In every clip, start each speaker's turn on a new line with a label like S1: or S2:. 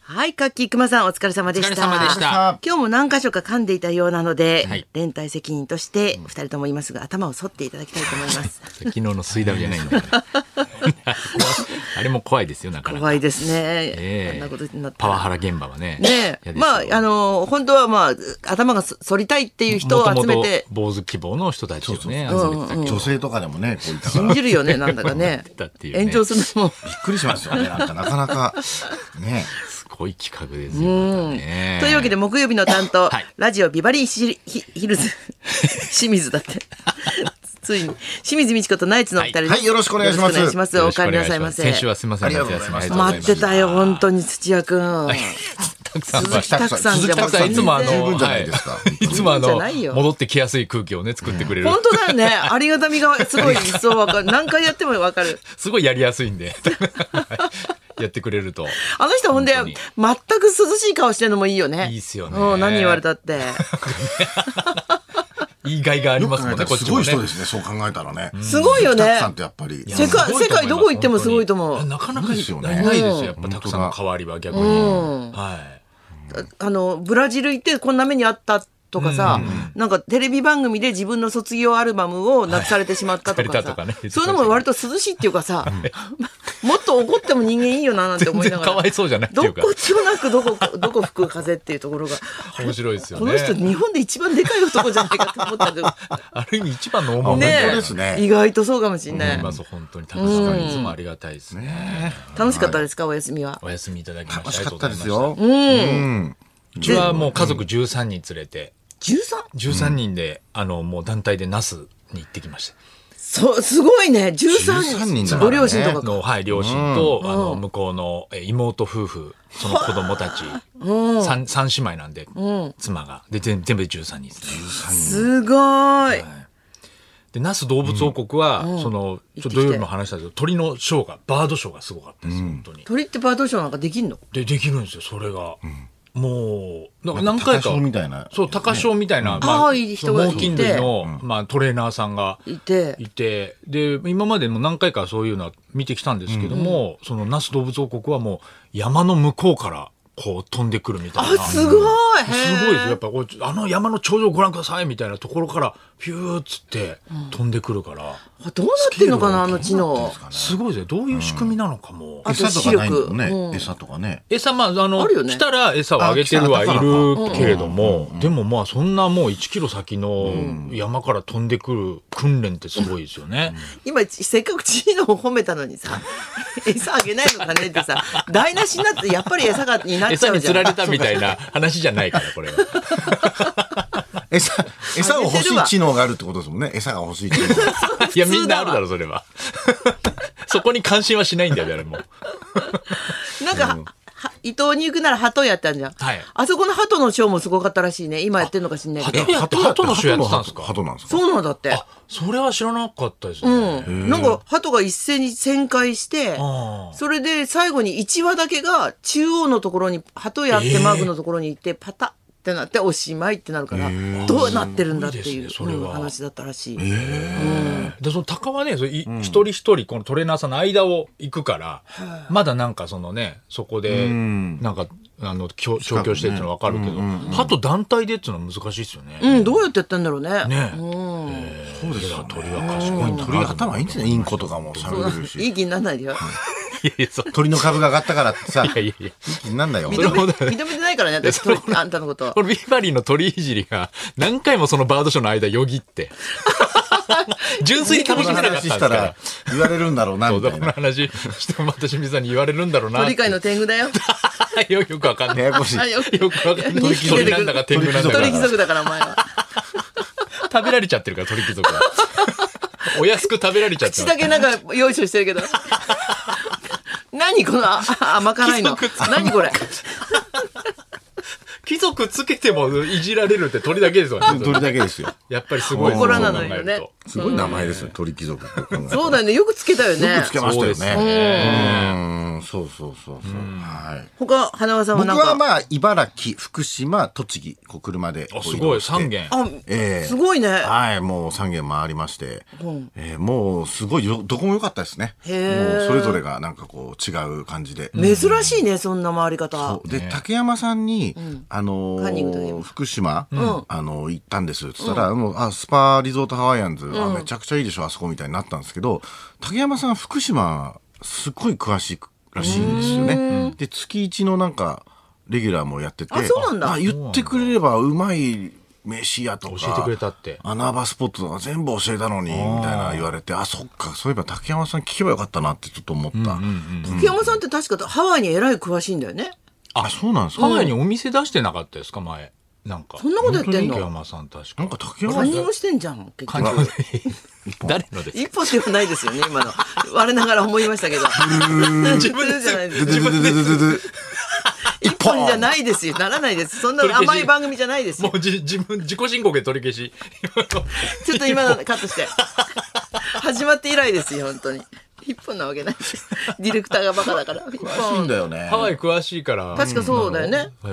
S1: はい、カッキーくまさんお疲れ様でした。
S2: お疲れ様でした
S1: 今日も何箇所か噛んでいたようなので、
S2: はい
S1: 連帯責任として二人ともいますが頭を剃っていただきたいと思います。
S2: 昨日の水ダウじゃないんだから。 あれも怖いですよ、なかなか。
S1: 怖いですね。
S2: ええ
S1: あんなことになった
S2: パ
S1: ら
S2: ワハラ現場はね。
S1: ねえ、
S2: 嫌ですよ
S1: まあ、あの、本当はまあ、頭がそ反りたいっていう人を集めて、
S2: もともと坊主希望の人たちをね、
S1: う
S2: 集
S1: そう
S2: めてたけど
S3: 女性とかでもね、こういったから
S1: 信
S3: びっ
S1: じるよ ね、なんだかね
S2: 思ってたってい。うね
S1: 炎上するのも、
S3: くりしますよね。なんかなかなか、ね。
S2: すごい企画ですよね。
S1: というわけで、木曜日の担当、
S2: はい
S1: ラジオビバリーヒヒヒル ズ、清水だって。ついに、清水美智子とナイツのお二人です
S3: はいはいよろしくお願いしま
S1: よろ
S3: す
S1: くお願いします。
S2: よ
S1: お
S2: ろしく
S1: 帰
S2: お
S1: り
S2: 願
S1: ない
S2: しま
S1: さ
S2: す
S1: いませ。
S2: 先週はすみません、
S3: ありがとうございます
S2: 夏休みあ
S1: 待っ
S2: りがとう
S1: て
S2: ござ
S1: た
S2: い
S1: よ、本当に土屋くん。
S2: ますたくさん
S1: 鈴木拓さん
S3: 鈴木拓さん
S2: いつもあの、
S3: 十分じゃないですか。
S2: はいいつもあ
S1: じゃ
S2: の
S1: ないよ、
S2: 戻ってきやすい空気をね、作ってくれる。
S1: 本当だよね。ありがたみがす ごい一層わかる。何回やってもわかる。
S2: すごいやりやす いんで。やってくれると。
S1: あの人ほんで、
S2: 本
S1: 全く涼しい顔してるのもいいよね。
S2: いいっすよね
S1: うん、何言われたって。
S2: 言いがいがあり
S3: よ
S2: ま
S3: く
S2: す
S3: 考
S2: も
S3: え
S2: んね、
S3: たら
S2: こっち
S3: す
S2: も
S3: ご
S2: ね。
S3: い人ですね、そう考えたらね。
S1: すごいよ
S3: た
S1: ね
S3: く。さんってやっぱり。
S1: や世界世界どこ行ってもすごいと思う
S2: なかなかい
S3: い
S2: いで
S3: いですす
S2: よ
S3: よ
S2: ね。
S3: ね
S2: ないですよ。やっぱ
S3: うん
S2: たくさんの代わりは逆に。
S1: ん
S2: はい。
S1: あのブラジル行ってこんな目にあったとかさ、なんかテレビ番組で自分の卒業アルバムをなくされてしまったとか
S2: はい
S1: さ、
S2: されたとかね
S1: そういうのも割と涼しいっていうかさ、 もっと怒っても人間いいよななんて思いながら
S2: 全然かわいそうじゃないってい
S1: ど
S2: うか
S1: こちもなくどこどこ吹く風っていうところが、
S2: 面白いですよ
S1: こ
S2: ね。
S1: の人日本で一番でかい男じゃないかと思ったけど、
S2: ある意味一番の大物
S3: 本
S2: みたい
S1: ね
S2: な
S3: 当ですね
S1: 意外とそうかもしれな
S2: 思
S1: い
S2: い。ます本当に高橋さんいつもありがたいですね。
S1: 楽しかったですか、お休みは。
S2: お休みいただきま
S3: 楽
S2: して
S3: し
S2: ありがと
S3: かっ
S2: うござ
S3: た
S2: います
S3: で
S2: した。
S3: よ。うん。
S2: うちはもう家族13人連れて、
S1: 十三？
S2: 13人で、あの、もう団体で那須に行ってきました。
S1: そうすごいね、十三
S3: 13人だからね
S1: ご両親とか
S2: の、
S1: か。
S2: はい、両親と、あの、向こうのえ妹夫婦、その子供たち、三三姉妹なんで、妻が。で、全全部で13人ですね。
S1: すごい。
S2: で、那須動物王国は、その、ちょっと土曜日も話したんですけど、鳥のショーが、バードショーがすごかったです、本当に。
S1: 鳥ってバードショーなんかできんの？
S2: で、できるんですよ、それが。もう、なんか
S3: なん
S2: 何
S3: か
S2: 回か。
S3: 高潮みたいな
S2: そう、高潮みたいな。
S1: ああいい人がいて
S2: 猛禽類の、まあ、トレーナーさんが
S1: いて。
S2: いて、で、今までも何回かそういうのは見てきたんですけども、その、那須動物王国はもう、山の向こうから、こう、飛んでくるみたい
S1: あ
S2: な。
S1: すごい。へ
S2: す
S1: ー
S2: ごいですよやっぱこうあの山の頂上ご覧くださいみたいなところからピューっつって飛んでくるから、
S1: あどうなってんのかなあの地の。
S2: すごいですねどういう仕組みなのかも、
S1: あと
S3: 餌とかないんだもん
S1: 視力う
S3: ね
S1: ん。
S3: 餌とかね。
S2: 餌まああの
S1: あるよね
S2: 来たら餌をあげてるは
S3: あ
S2: い
S3: 来たら
S2: るけれども、でもまあそんなもう1キロ先の山から飛んでくる訓練ってすごいですよね。
S1: 今せっかく地のを褒めたのに さ餌あげないのかねってさ台無しになってやっぱり餌がになっち
S2: 餌
S1: ゃう
S2: に
S1: じゃ
S2: 釣
S1: ん。
S2: られたみたいな話じゃないから これは。
S3: 餌、餌を欲しい知能があるってことですもんね。餌が欲しい知能。
S2: いやみんなあるだろそれは。 そこに関心はしないんだよ誰も。
S1: なんか、は伊東に行くなら鳩やったんじゃん。
S2: はい
S1: あそこの鳩のショーもすごかったらしいね。今やってんのかしんないけど。
S2: 鳩や鳩鳩の主やってたんですか
S3: 鳩なんですか
S1: そうなんだって。
S2: あそれは知らなかったですね。
S1: うん。なんか鳩が一斉に旋回して。
S2: あー
S1: それで最後に1羽だけが中央のところに鳩やってマークのところに行ってパタってなっておしまいってなるからどうなってるんだって
S2: すごい
S1: いう
S2: ですねそれは
S1: うん話だったらしい。
S2: でその鷹はねそれい一人一人このトレーナーさんの間を行くから、まだなんかそのねそこで
S3: ん
S2: なんかあのきょ調教してっていうのは分かるけど、
S3: うん
S2: 鳩団体でっていうのは難しいですよね。
S1: うん、どうやってやってんだろうね。
S2: ねえ
S1: うん
S3: そうですよね
S2: 鳥は賢いんだな
S3: 鳥頭いいんですね。インコとかも
S1: そう
S3: 喋れる
S1: いい
S3: し。
S1: 気にならないでよ。
S2: いやいやそう
S3: 鳥の株が上がったからってさ、い
S2: いやいやいや
S3: い気になんだよ。
S1: 認
S2: れも
S1: め認めてないからね、私、
S2: それも
S1: あんたのこと。
S2: これビバリーの鳥いじりが何回もそのバードショーの間よぎって 純粋に楽し
S3: こ
S2: め
S3: の
S2: なかったん
S3: 話
S2: です
S3: した
S2: からら。
S3: 言われるんだろうな、
S2: そう
S3: み
S2: だ
S3: た
S2: こ
S3: い
S2: の
S3: な。
S2: 話してまた清水さんに言われるんだろうな
S1: 鳥
S2: って
S1: 界の天狗だよ。
S2: よくわかんない
S3: ややこしい。
S1: よ
S2: よくわかんない
S1: 2匹出
S2: 鳥
S1: て
S2: な
S1: く
S2: んだか
S1: る。
S2: 天狗なんだか
S1: 鳥貴族だから、お前は。
S2: 食べられちゃってるから鳥貴 族はお安く食べられちゃって
S1: 口
S2: ま
S1: だ
S2: す
S1: けなんか、用意してる けど。何このあ甘辛い の
S2: 貴族。
S1: 何これ。
S2: 貴族つけてもいじられるって鳥だけですよね
S3: 鳥だけですよ。
S2: やっぱりすごい
S1: 怒らなのよね
S2: そう考
S3: すごい名前ですね、鳥貴族って考えたら
S1: そうだよね。よくつけたよね。
S3: よくつけ
S2: えると
S3: ました
S2: そう
S3: よ
S2: です
S3: ね。
S2: ね
S3: うん、そうそうそうそう。はい。
S1: 他花輪さんは
S3: 僕
S1: なん
S3: は
S1: か
S3: まあ、茨城、福島、栃木、こう車でこ
S2: あ
S3: う
S2: す
S3: 移
S2: ご
S3: 動
S2: い
S3: して。
S2: 三軒
S1: あ、
S3: ええ
S1: すごいね
S3: はい、もう3軒回りまして、えーもうすごいよ、どこも良かったですね。も
S1: へー
S3: うそれぞれがなんかこう違う感じで。
S1: 珍しいねそんな回り方
S3: そうで、竹山さんに、あのー
S1: カンニング竹山
S3: 福島、あのー行ったんですって言ったら、もうあスパリゾートハワイアンズ、あめちゃくちゃいいでしょあそこみたいになったんですけど竹山さん福島すっごい詳しいらしいんですよね。で月一のなんかレギュラーもやってて
S1: あそうなんだ
S3: あ言ってくれればうまい飯やとか
S2: 教えてくれたって
S3: 穴場スポットとか全部教えたのにみたいな言われてあそっかそういえば竹山さん聞けばよかったなってちょっと思った、
S1: 竹山さんって確かハワイにえらい詳しいんだよね
S3: あそうなんです
S2: ハ
S3: か、
S2: ワイにお店出してなかったですか前なんか
S1: そんなことやってんの
S2: 本当に山さん確か
S3: なんか竹
S1: カ
S3: 山
S1: ン
S3: さ
S1: ニン
S3: ん
S1: グしてんじゃん結
S2: 感
S1: 局
S2: 情で 誰のです
S1: 一歩ではないですよね今の我ながら思いましたけど自分じゃないです
S3: ででででででで
S1: 一本じゃないですよならないですそんな甘い番組じゃないです
S2: も
S1: よ
S2: うじ自分自己申告で取り 消し
S1: ちょっと今のカットして始まって以来ですよ本当に一本なわけないディレクターがバカだから一
S3: 詳しいん
S1: 本
S3: だよね。
S2: ハワイ詳しいから
S1: 確かそうだよね
S2: へ
S3: うそう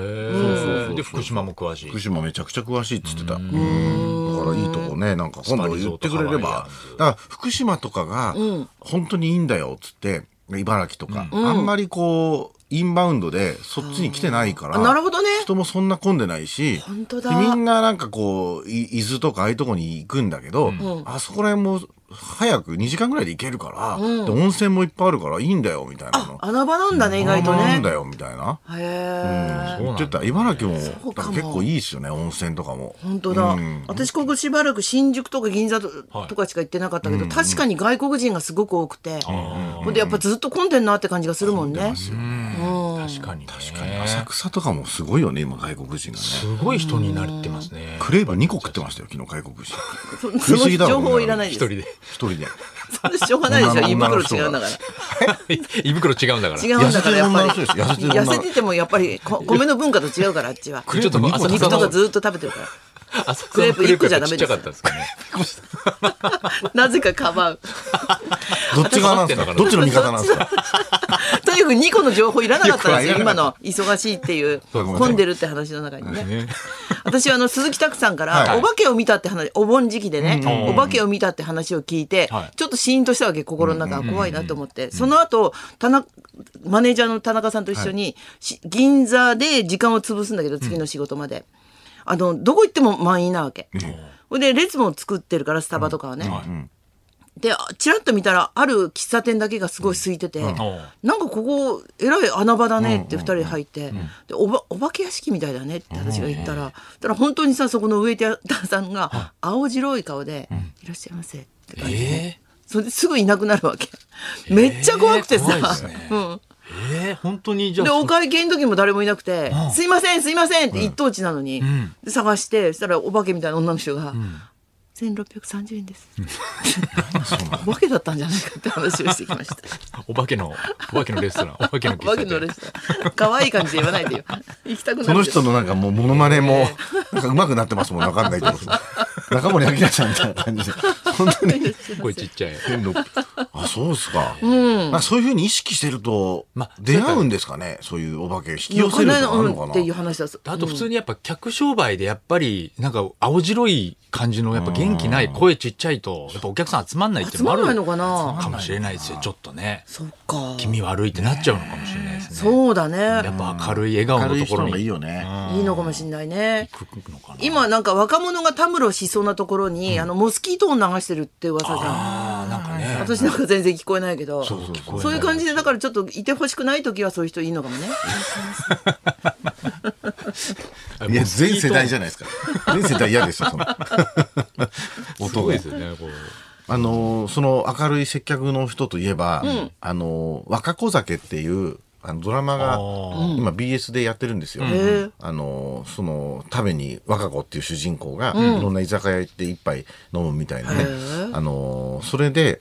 S2: ーで福島も詳しい
S3: 福島めちゃくちゃ詳しいっつってた。うんだからいいとこね、なんか今度言ってくれれば。だから福島とかが本当にいいんだよっつって、茨城とか、あんまりこう、インバウンドでそっちに来てないから。
S1: あなるほどね
S3: 人もそんな混んでないし、
S1: 本当だ
S3: でみんななんかこう、い伊豆とかああいうとこに行くんだけど、あそこら辺も早く2時間ぐらいで行けるから、で温泉もいっぱいあるからいいんだよみたいなの。
S1: 穴場なんだね意外と
S3: あんまなん
S1: ね
S3: だよみたいな。
S1: へえ
S2: そうなん
S3: 言っ
S2: だ
S3: てた茨城も
S1: うかも
S3: 結構いいですよね温泉とかも
S1: 本当だ、
S3: うん
S1: 私ここしばらく新宿とか銀座と,、
S2: はい
S1: かしか行ってなかったけど、確かに外国人がすごく多くて、ほんでやっぱずっと混んでんなって感じがするもんね
S2: 確かに確かに
S3: 浅草とかもすごいよね今外国人がね
S2: すごい人になってますね
S3: クレーバー2個食ってましたよ昨日外国人
S1: そ
S3: 食い
S1: そ
S3: すぎだ
S1: の
S3: ろ
S1: 情報いらないで
S2: 一
S1: す
S2: 人で
S3: 一人で
S1: そ れしょうがないでしょ胃
S3: 女の人
S1: 袋違うん
S3: が
S1: だから
S2: 胃袋違うんだから
S1: 違うんだからやっぱり
S3: 痩せてる女の人です
S1: 痩
S3: 痩せてる女
S1: せててもやっぱりこ米の文化と違うからあっちは
S2: ちょっと浅
S1: 肉
S2: 草
S1: と
S2: の
S1: かずっと食べてるから
S2: 浅草
S1: クレ
S2: の
S1: ープ一個じゃダ
S2: ち
S1: メ
S2: っ
S1: です
S2: ちゃかったんですかね
S1: なぜかかばう
S3: どっち側なんですか
S2: 私
S3: どっちの 味方なんですか
S1: とにかく2個の情報いらなかったんですよ
S3: よく
S1: 今
S3: わかんな
S1: の忙しいっていう
S3: うそう
S1: 混んでるって話の中にね
S2: ね
S1: 私はあの鈴木拓さんから、
S3: はい
S1: お化けを見たって話お盆時期でね、
S2: うん
S1: お化けを見たって話を聞いて、
S2: はい
S1: ちょっとシーンとしたわけ心の中が怖いなと思って、その後田中マネージャーの田中さんと一緒に、し銀座で時間を潰すんだけど次の仕事まで、あのどこ行っても満員なわけ。ほんで列も作ってるからスタバとかはね、であちらっと見たらある喫茶店だけがすごい空いてて、なんかここえらい穴場だねって2人入って、でおばお化け屋敷みたいだねって私が言ったら、たら本当にさそこの植田さんが青白い顔で「いらっしゃいませ」って感じで、
S2: え
S1: それですぐいなくなるわけめっちゃ怖くてさ、
S2: えー怖いですね
S1: うん、
S2: ーえー本当にじゃ
S1: で
S2: あ
S1: お会計の時も誰もいなくて「すいませんすいません」って一等地なのに、で探してそしたらお化けみたいな女の人が「1630円です」 お化けだったんじゃないかって話をしてきました。
S2: お化けのお化けのレス トランお化けの
S1: お化け
S2: 喫
S1: の
S2: 茶
S1: レ
S2: 店
S1: ストラン可愛い感じで言わないでよ行きたくなる
S3: その人のなんかもうモノマネもなんか上手くなってますもんわかんないけど中森明菜ちゃんみたいな感じで本当に
S2: これちっちゃい
S3: 変なあそうですか,、うん、かそういうふうに意識してると
S2: まあ
S3: 出会うんですかねそういうお化け引き
S1: よ
S3: 寄せ
S1: く
S3: る
S1: ない
S3: とかあるの
S1: のう
S3: か
S1: んっ
S3: な
S1: ていう話だ
S2: あと普通にやっぱ客商売でやっぱりなんか青白い感じのやっぱ元気ない声ちっちゃいとやっぱお客さん集まんないっていう
S1: 集
S2: の
S1: ま
S2: もあ
S1: らない
S2: る
S1: のかな
S2: かもしれないですよちょっとね
S1: そっか
S2: 気味悪いってなっちゃうのかもしれないですね
S1: そうだ
S2: やっ
S1: ね
S2: ぱ明るい笑顔
S3: 明る
S2: の
S3: い
S2: とこ
S3: 人の
S2: ろ
S3: 方がいい
S2: に
S3: よね、
S1: いいのかもしれないね
S2: 行くのかな
S1: 今なんか若者がたむろしそうなところにあのモスキートを流してるって噂じゃん
S2: あーなんかね
S1: 私なんか全然聞こえないけど
S2: そうそうそう
S1: そういう感じでだからちょっといてほしくない時はそういう人いいのかもね
S3: いや、全世代じゃないですか。全世代嫌ですよ、その。
S2: す
S3: 音
S2: ご
S3: が
S2: いで。すよねこう
S3: あのー、その明るい接客の人といえば、あのー、若子酒っていう、あのドラマが
S2: あー
S3: 今 BS でやってるんですよ。
S1: へえ
S3: あのーその食べに若子っていう主人公がいろんな居酒屋行って一杯飲むみたいなね、
S1: へえ
S3: あのーそれで、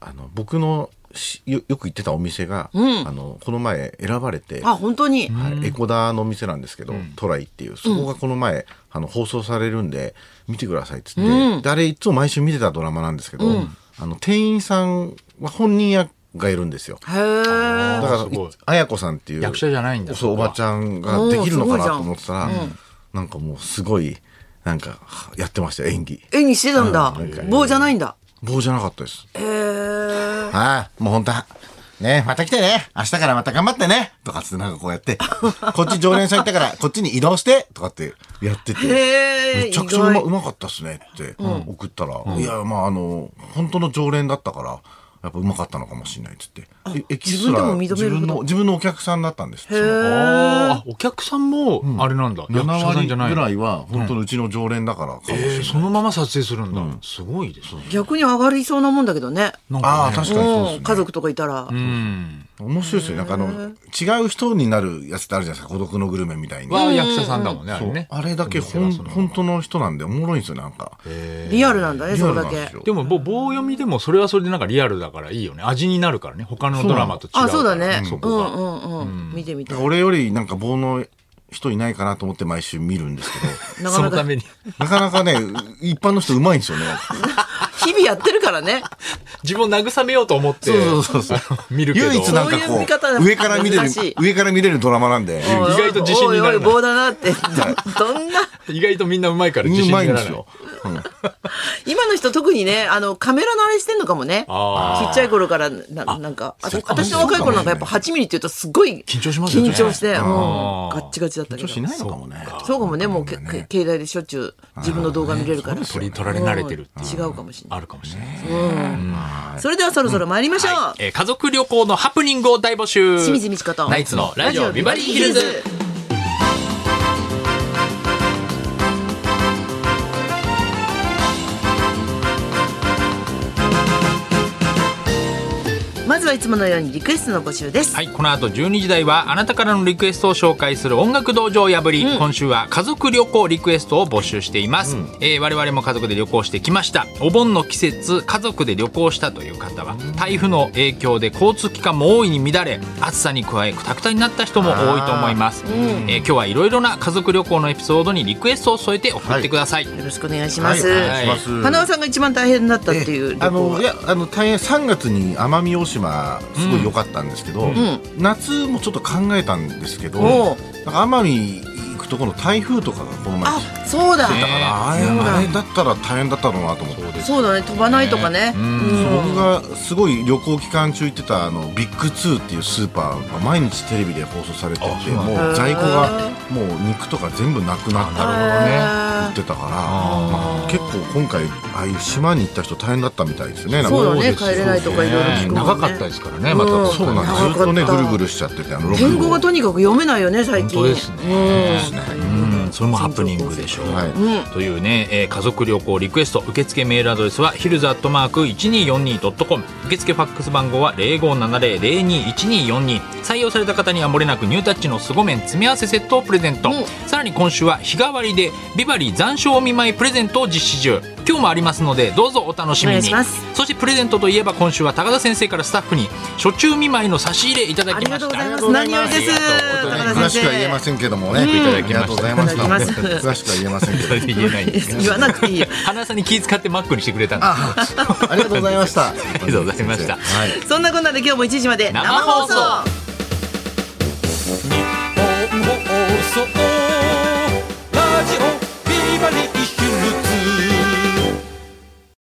S3: あの僕のしよよく行ってたお店が、あのこの前選ばれて
S1: あ本当に
S3: はい、エコダのお店なんですけど、トライっていうそこがこの前、あの放送されるんで見てくださいっつって、であれいつも毎週見てたドラマなんですけど、あの店員さんは本人役がいるんですよ。
S1: へえ
S3: だ
S2: ーす
S3: か
S2: ごい
S3: ら、あやこさんっていう。
S2: 役者じゃないんだ
S3: そう、お
S2: そこは
S3: ばちゃんができるのかなと思ってたら、
S1: うんすごいじゃんうん
S3: なんかもうすごい、なんか、やってましたよ、演技。
S1: 絵にしてたんだ
S3: うんなんか
S1: 棒じゃないんだ
S3: 棒じゃなかったです。
S1: へえ
S3: はい、もう本当はねまた来てね。明日からまた頑張ってね。とかっつってなんかこう やって、こっち常連さん行ったから、こっちに移動して。とかってやってて。
S1: へえ
S3: めちゃくちゃう
S1: 意
S3: ま
S1: 外
S3: うまかったっすねって送ったら、いや、まあ、あの、本当の常連だったから、やっぱうまかったのかもしれないっつって。えエキストラ
S1: 自分でも認める
S3: 自分
S1: ほど
S3: の、自分のお客さんだったんです。その
S2: あーあお客さんもあれなんだ、
S3: 7
S2: 役者さん
S3: 割
S2: じ
S3: ぐ
S2: ゃない
S3: らいは、本当のうちの常連だからかもしれない。
S2: えーそのまま撮影するんだ、すごいですね
S1: 逆に上がりそうなもんだけどね
S2: なん
S3: あ
S2: か
S3: あ、
S2: ね
S3: 確かにそうです
S1: う
S3: ね
S1: ん。家族とかいたら
S2: うん
S3: 面白いですよね。なんかあの、違う人になるやつってあるじゃないですか。孤独のグルメみたいに。
S2: は役者さんだもんね、あ
S3: そ
S2: れ
S3: う
S2: ね。
S3: あれだけほん本当の人なんでおもろいんですよ、なんか。
S1: リアルなんだね
S3: リ
S1: そ
S3: ア
S1: こ
S3: ル
S1: だ
S3: なんで
S1: け
S3: すよ。
S2: でも、ぼ棒読みでも、それはそれでなんかリアルだからいいよね。味になるからね。他のドラマと違うから。
S1: あそうだね
S2: そうこ
S1: ん
S2: が。
S1: うんうん見てみ
S3: だ
S1: た
S3: か
S1: い
S3: ら俺よりなんか棒の人いないかなと思って毎週見るんですけ
S1: なか
S2: そ
S1: な
S2: のた
S1: か
S2: めに、
S3: ど、なかなかね、一般の人うまいんですよね。
S1: 日々やってるからね
S2: 自分を慰めようと思って、
S3: そうそうそう
S2: あの見るけど。
S3: 唯一なん
S1: そ
S3: か
S1: ういう
S3: こ
S1: 見方
S3: う、上から見れる
S1: 難しい、
S3: 上から見れるドラマなんで、
S1: おいおい
S2: 意外と自信にならない
S1: おいおい棒だなってどどんな
S2: 意外とみんなうまいから自
S3: う
S2: 信に
S3: ま
S2: ない
S3: ん
S2: ら
S3: で
S2: ない。
S3: すよ。
S1: 今の人特にねあのカメラのあれしてんのかもねち
S2: あー
S1: っちゃい頃からななんかあた
S2: そうかも
S1: 私の若い頃なんかやっぱ
S3: そうかも
S1: 8ミリって言うとすごい
S2: 緊張しますよね
S1: 緊張して、うん、
S2: あー
S1: ガッチガチだったけ
S3: 女
S1: ど
S3: 子いないのかもね。
S1: そうかもねもうけけ携帯でしょっちゅう自分の動画見れるから、
S2: 取り取られ慣れてるっていう。
S1: 違うかもしれない
S2: あるかもしれないですね。
S1: それではそろそろ参りましょう、
S2: えー家族旅行のハプニングを大募集。
S1: 清水美智子と
S2: ナイツのラジオビバリーヒルズ。
S1: まずはいつものようにリクエストの募集です、
S2: はい、この後12時台はあなたからのリクエストを紹介する音楽道場を破り、今週は家族旅行リクエストを募集しています、えー我々も家族で旅行してきましたお盆の季節家族で旅行したという方は台風の影響で交通機関も大いに乱れ暑さに加えくたくたになった人も多いと思います、えー今日はいろいろな家族旅行のエピソードにリクエストを添えて送ってください、
S1: よろしくお願いし
S3: は
S1: ま
S3: い
S1: す、
S3: お願いします
S1: 花尾さんが一番大変だったっていう旅行
S3: あのいやあの大変3月に奄美大島すごい良かったんですけど、夏もちょっと考えたんですけど、
S1: おう
S3: なんか奄美行くとこの台風とかがこの前来
S1: あそうだ、
S2: ね
S3: たからあれ
S2: そうだ
S3: あれだったら大変だったろうなと思って
S1: そうだね飛ばないとかね、うん
S3: 僕がすごい旅行期間中行ってたあのビッグツーっていうスーパーが毎日テレビで放送されてて
S2: あそうなん
S3: も
S2: だ
S3: う在庫がもう肉とか全部なくなっ
S2: あ
S3: たら
S2: なるほどね
S3: 売ってたからまあ結構今回ああいう島に行った人大変だったみたいですよねなんか
S1: そうだね
S2: ですよ
S1: 帰れないとかいろいろ聞くもんね
S2: 長かったですからね
S1: うん
S2: また、
S3: そうなんです
S1: 長か
S3: ず
S1: った
S3: っとねぐるぐるしちゃっててあのロケ
S1: 言語がとにかく読めないよね最近
S2: 本当ですね
S1: うん
S2: それもハプニングでしょう、
S3: はい
S1: うん
S2: というね、えー家族旅行リクエスト受付メールアドレスはヒルズアットマーク 1242.com 受付ファックス番号は0570021242採用された方にはもれなくニュータッチの凄麺詰め合わせセットをプレゼント、
S1: うん
S2: さらに今週は日替わりでビバリー残暑お見舞いプレゼントを実施中今日もありますのでどうぞお楽し
S1: お
S2: み
S1: 願い
S2: に
S1: します
S2: そしてプレゼントといえば今週は高田先生からスタッフに初中見舞いの差し入れいただ
S1: あ
S2: き
S1: り
S2: ま
S1: が
S2: した
S1: とうございます
S3: ありがとうござ
S1: 何
S3: い
S1: よりです
S2: ありが
S3: ます
S2: とうござい
S1: 高田
S2: ます
S3: 詳しくは言えま
S1: 先
S3: せんけども
S2: ん
S3: ね、ありがとうございまし
S1: いただきま
S3: た 詳しくは言えませんけど
S2: 言えないんです
S1: 生言わなくていいよ
S2: 花さんに気遣ってマックにしてくれたんです
S3: あありがとうございました。あ
S2: りがとうございました
S3: はい。
S1: そんなこんなで今日も1時まで
S2: 生放送